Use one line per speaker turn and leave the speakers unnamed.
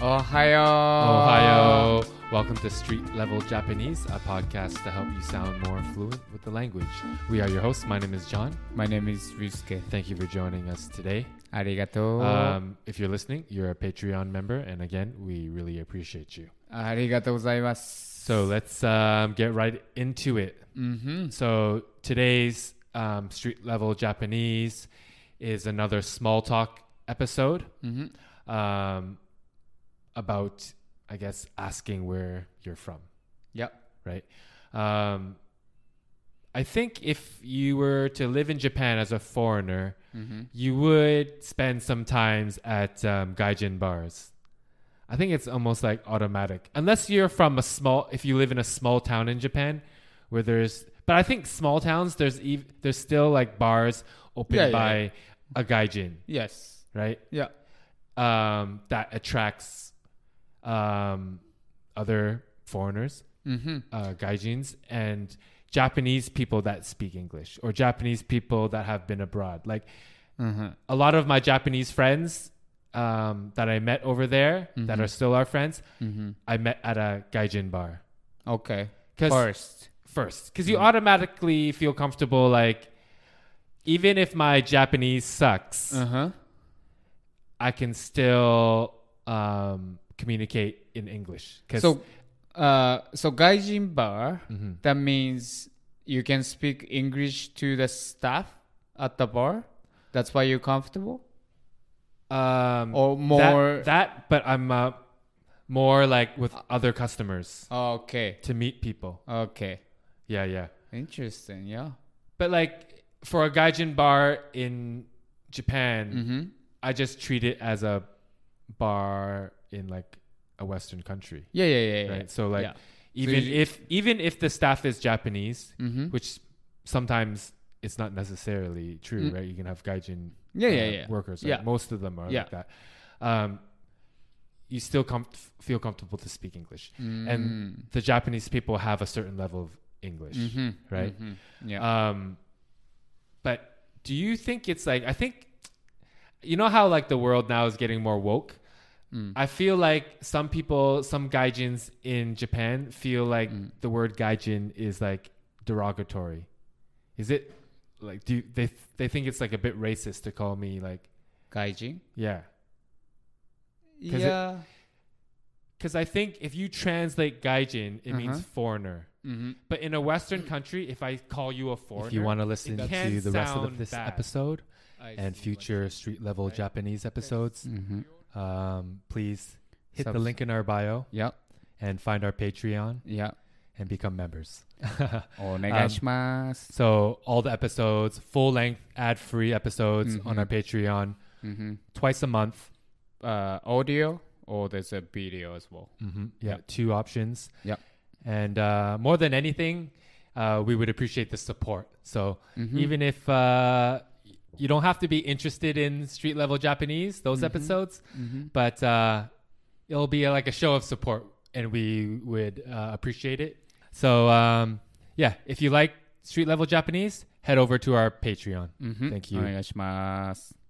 Ohio. Ohio. Uh, Welcome to Street Level Japanese, a podcast to help you sound more fluent with the language. We are your hosts. My name is John.
My name is Ryusuke.
Thank you for joining us today.
Arigato.
Um, if you're listening, you're a Patreon member, and again, we really appreciate you.
ありがとうございます。
So let's um, get right into it.
うんふん。
So today's um, Street Level Japanese is another small talk episode
うんふん。
um, about, I guess, asking where you're from.
Yep.
right? Um, I think if you were to live in Japan as a foreigner,
Mm-hmm.
you would spend some times at um, gaijin bars. I think it's almost like automatic, unless you're from a small. If you live in a small town in Japan, where there's, but I think small towns there's ev- there's still like bars opened
Yeah, yeah,
by a gaijin,
Yes.
right?
Yeah.
Um, that attracts um, other foreigners
うんふん。
uh, gaijins and Japanese people that speak English or Japanese people that have been abroad. Like
うんふん。
a lot of my Japanese friends um, that I met over there
Mm-hmm.
that are still our friends,
うんふん。
I met at a gaijin bar
Mm-hmm. Okay.
'Cause-
First. Mm-hmm.
first because you automatically feel comfortable. Like even if my Japanese sucks,
Uh huh.
I can still um, communicate in English. 'Cause-
So, uh, so gaijin bar.
Mhm.
That means you can speak English to the staff at the bar. That's why you're comfortable,
um,
or
that-
more.
that, but i'm uh, more like with other customers
okay.
to meet people
Okay.
yeah yeah
Interesting. Yeah.
but like for a gaijin bar in japan
Mm-hmm.
i just treat it as a bar in like a western country
Yeah. Yeah. Yeah. yeah.
right so like
Yeah.
even
you-
if even if the staff is japanese
Mm-hmm.
which sometimes it's not necessarily true
Mm.
right you can have gaijin
Yeah.
uh,
Yeah. Yeah.
workers. Like
Yeah.
most of them are
Yeah.
like that. Um, you still com- feel comfortable to speak English, and the Japanese people have a certain level of English,
Mm-hmm.
right?
Mhm. Yeah.
Um, but do you think it's like I think, you know how like the world now is getting more woke.
Mm.
I feel like some people, some gaijins in Japan, feel like
Mm.
the word gaijin is like derogatory. Is it like do you, they they think it's like a bit racist to call me like
Gaijin.
yeah. 'Cause it-
Yeah.
Because I think if you translate gaijin, it means
Uh-huh.
foreigner.
mm-hmm.
But in a Western country, if I call you a foreigner,
If you want to listen
it
to
can
the rest
sound
of this
bad.
episode
I
and
see what
future street level Japanese episodes,
Mm-hmm.
um, please hit the
Subs-
link in our bio
Yeah.
and find our Patreon
Yeah.
and become members. Um,
お願いします。
so, all the episodes, full length, ad free episodes on
Mhm.
our Patreon
mm-hmm.
twice a month.
uh, audio or there's a video as well.
Mm-hmm. Yeah,
Yep.
two options.
Yep.
And uh, more than anything, uh, we would appreciate the support. So,
Mm-hmm.
Mhm.
even if uh, y- you don't have to be interested in street level Japanese, those episodes,
Mm-hmm.
but uh, it'll be uh, like a show of support, and we would uh, appreciate it. So um, yeah,
Mm-hmm.
if you like street level Japanese, head over to our Patreon. Thank you.
お願いします。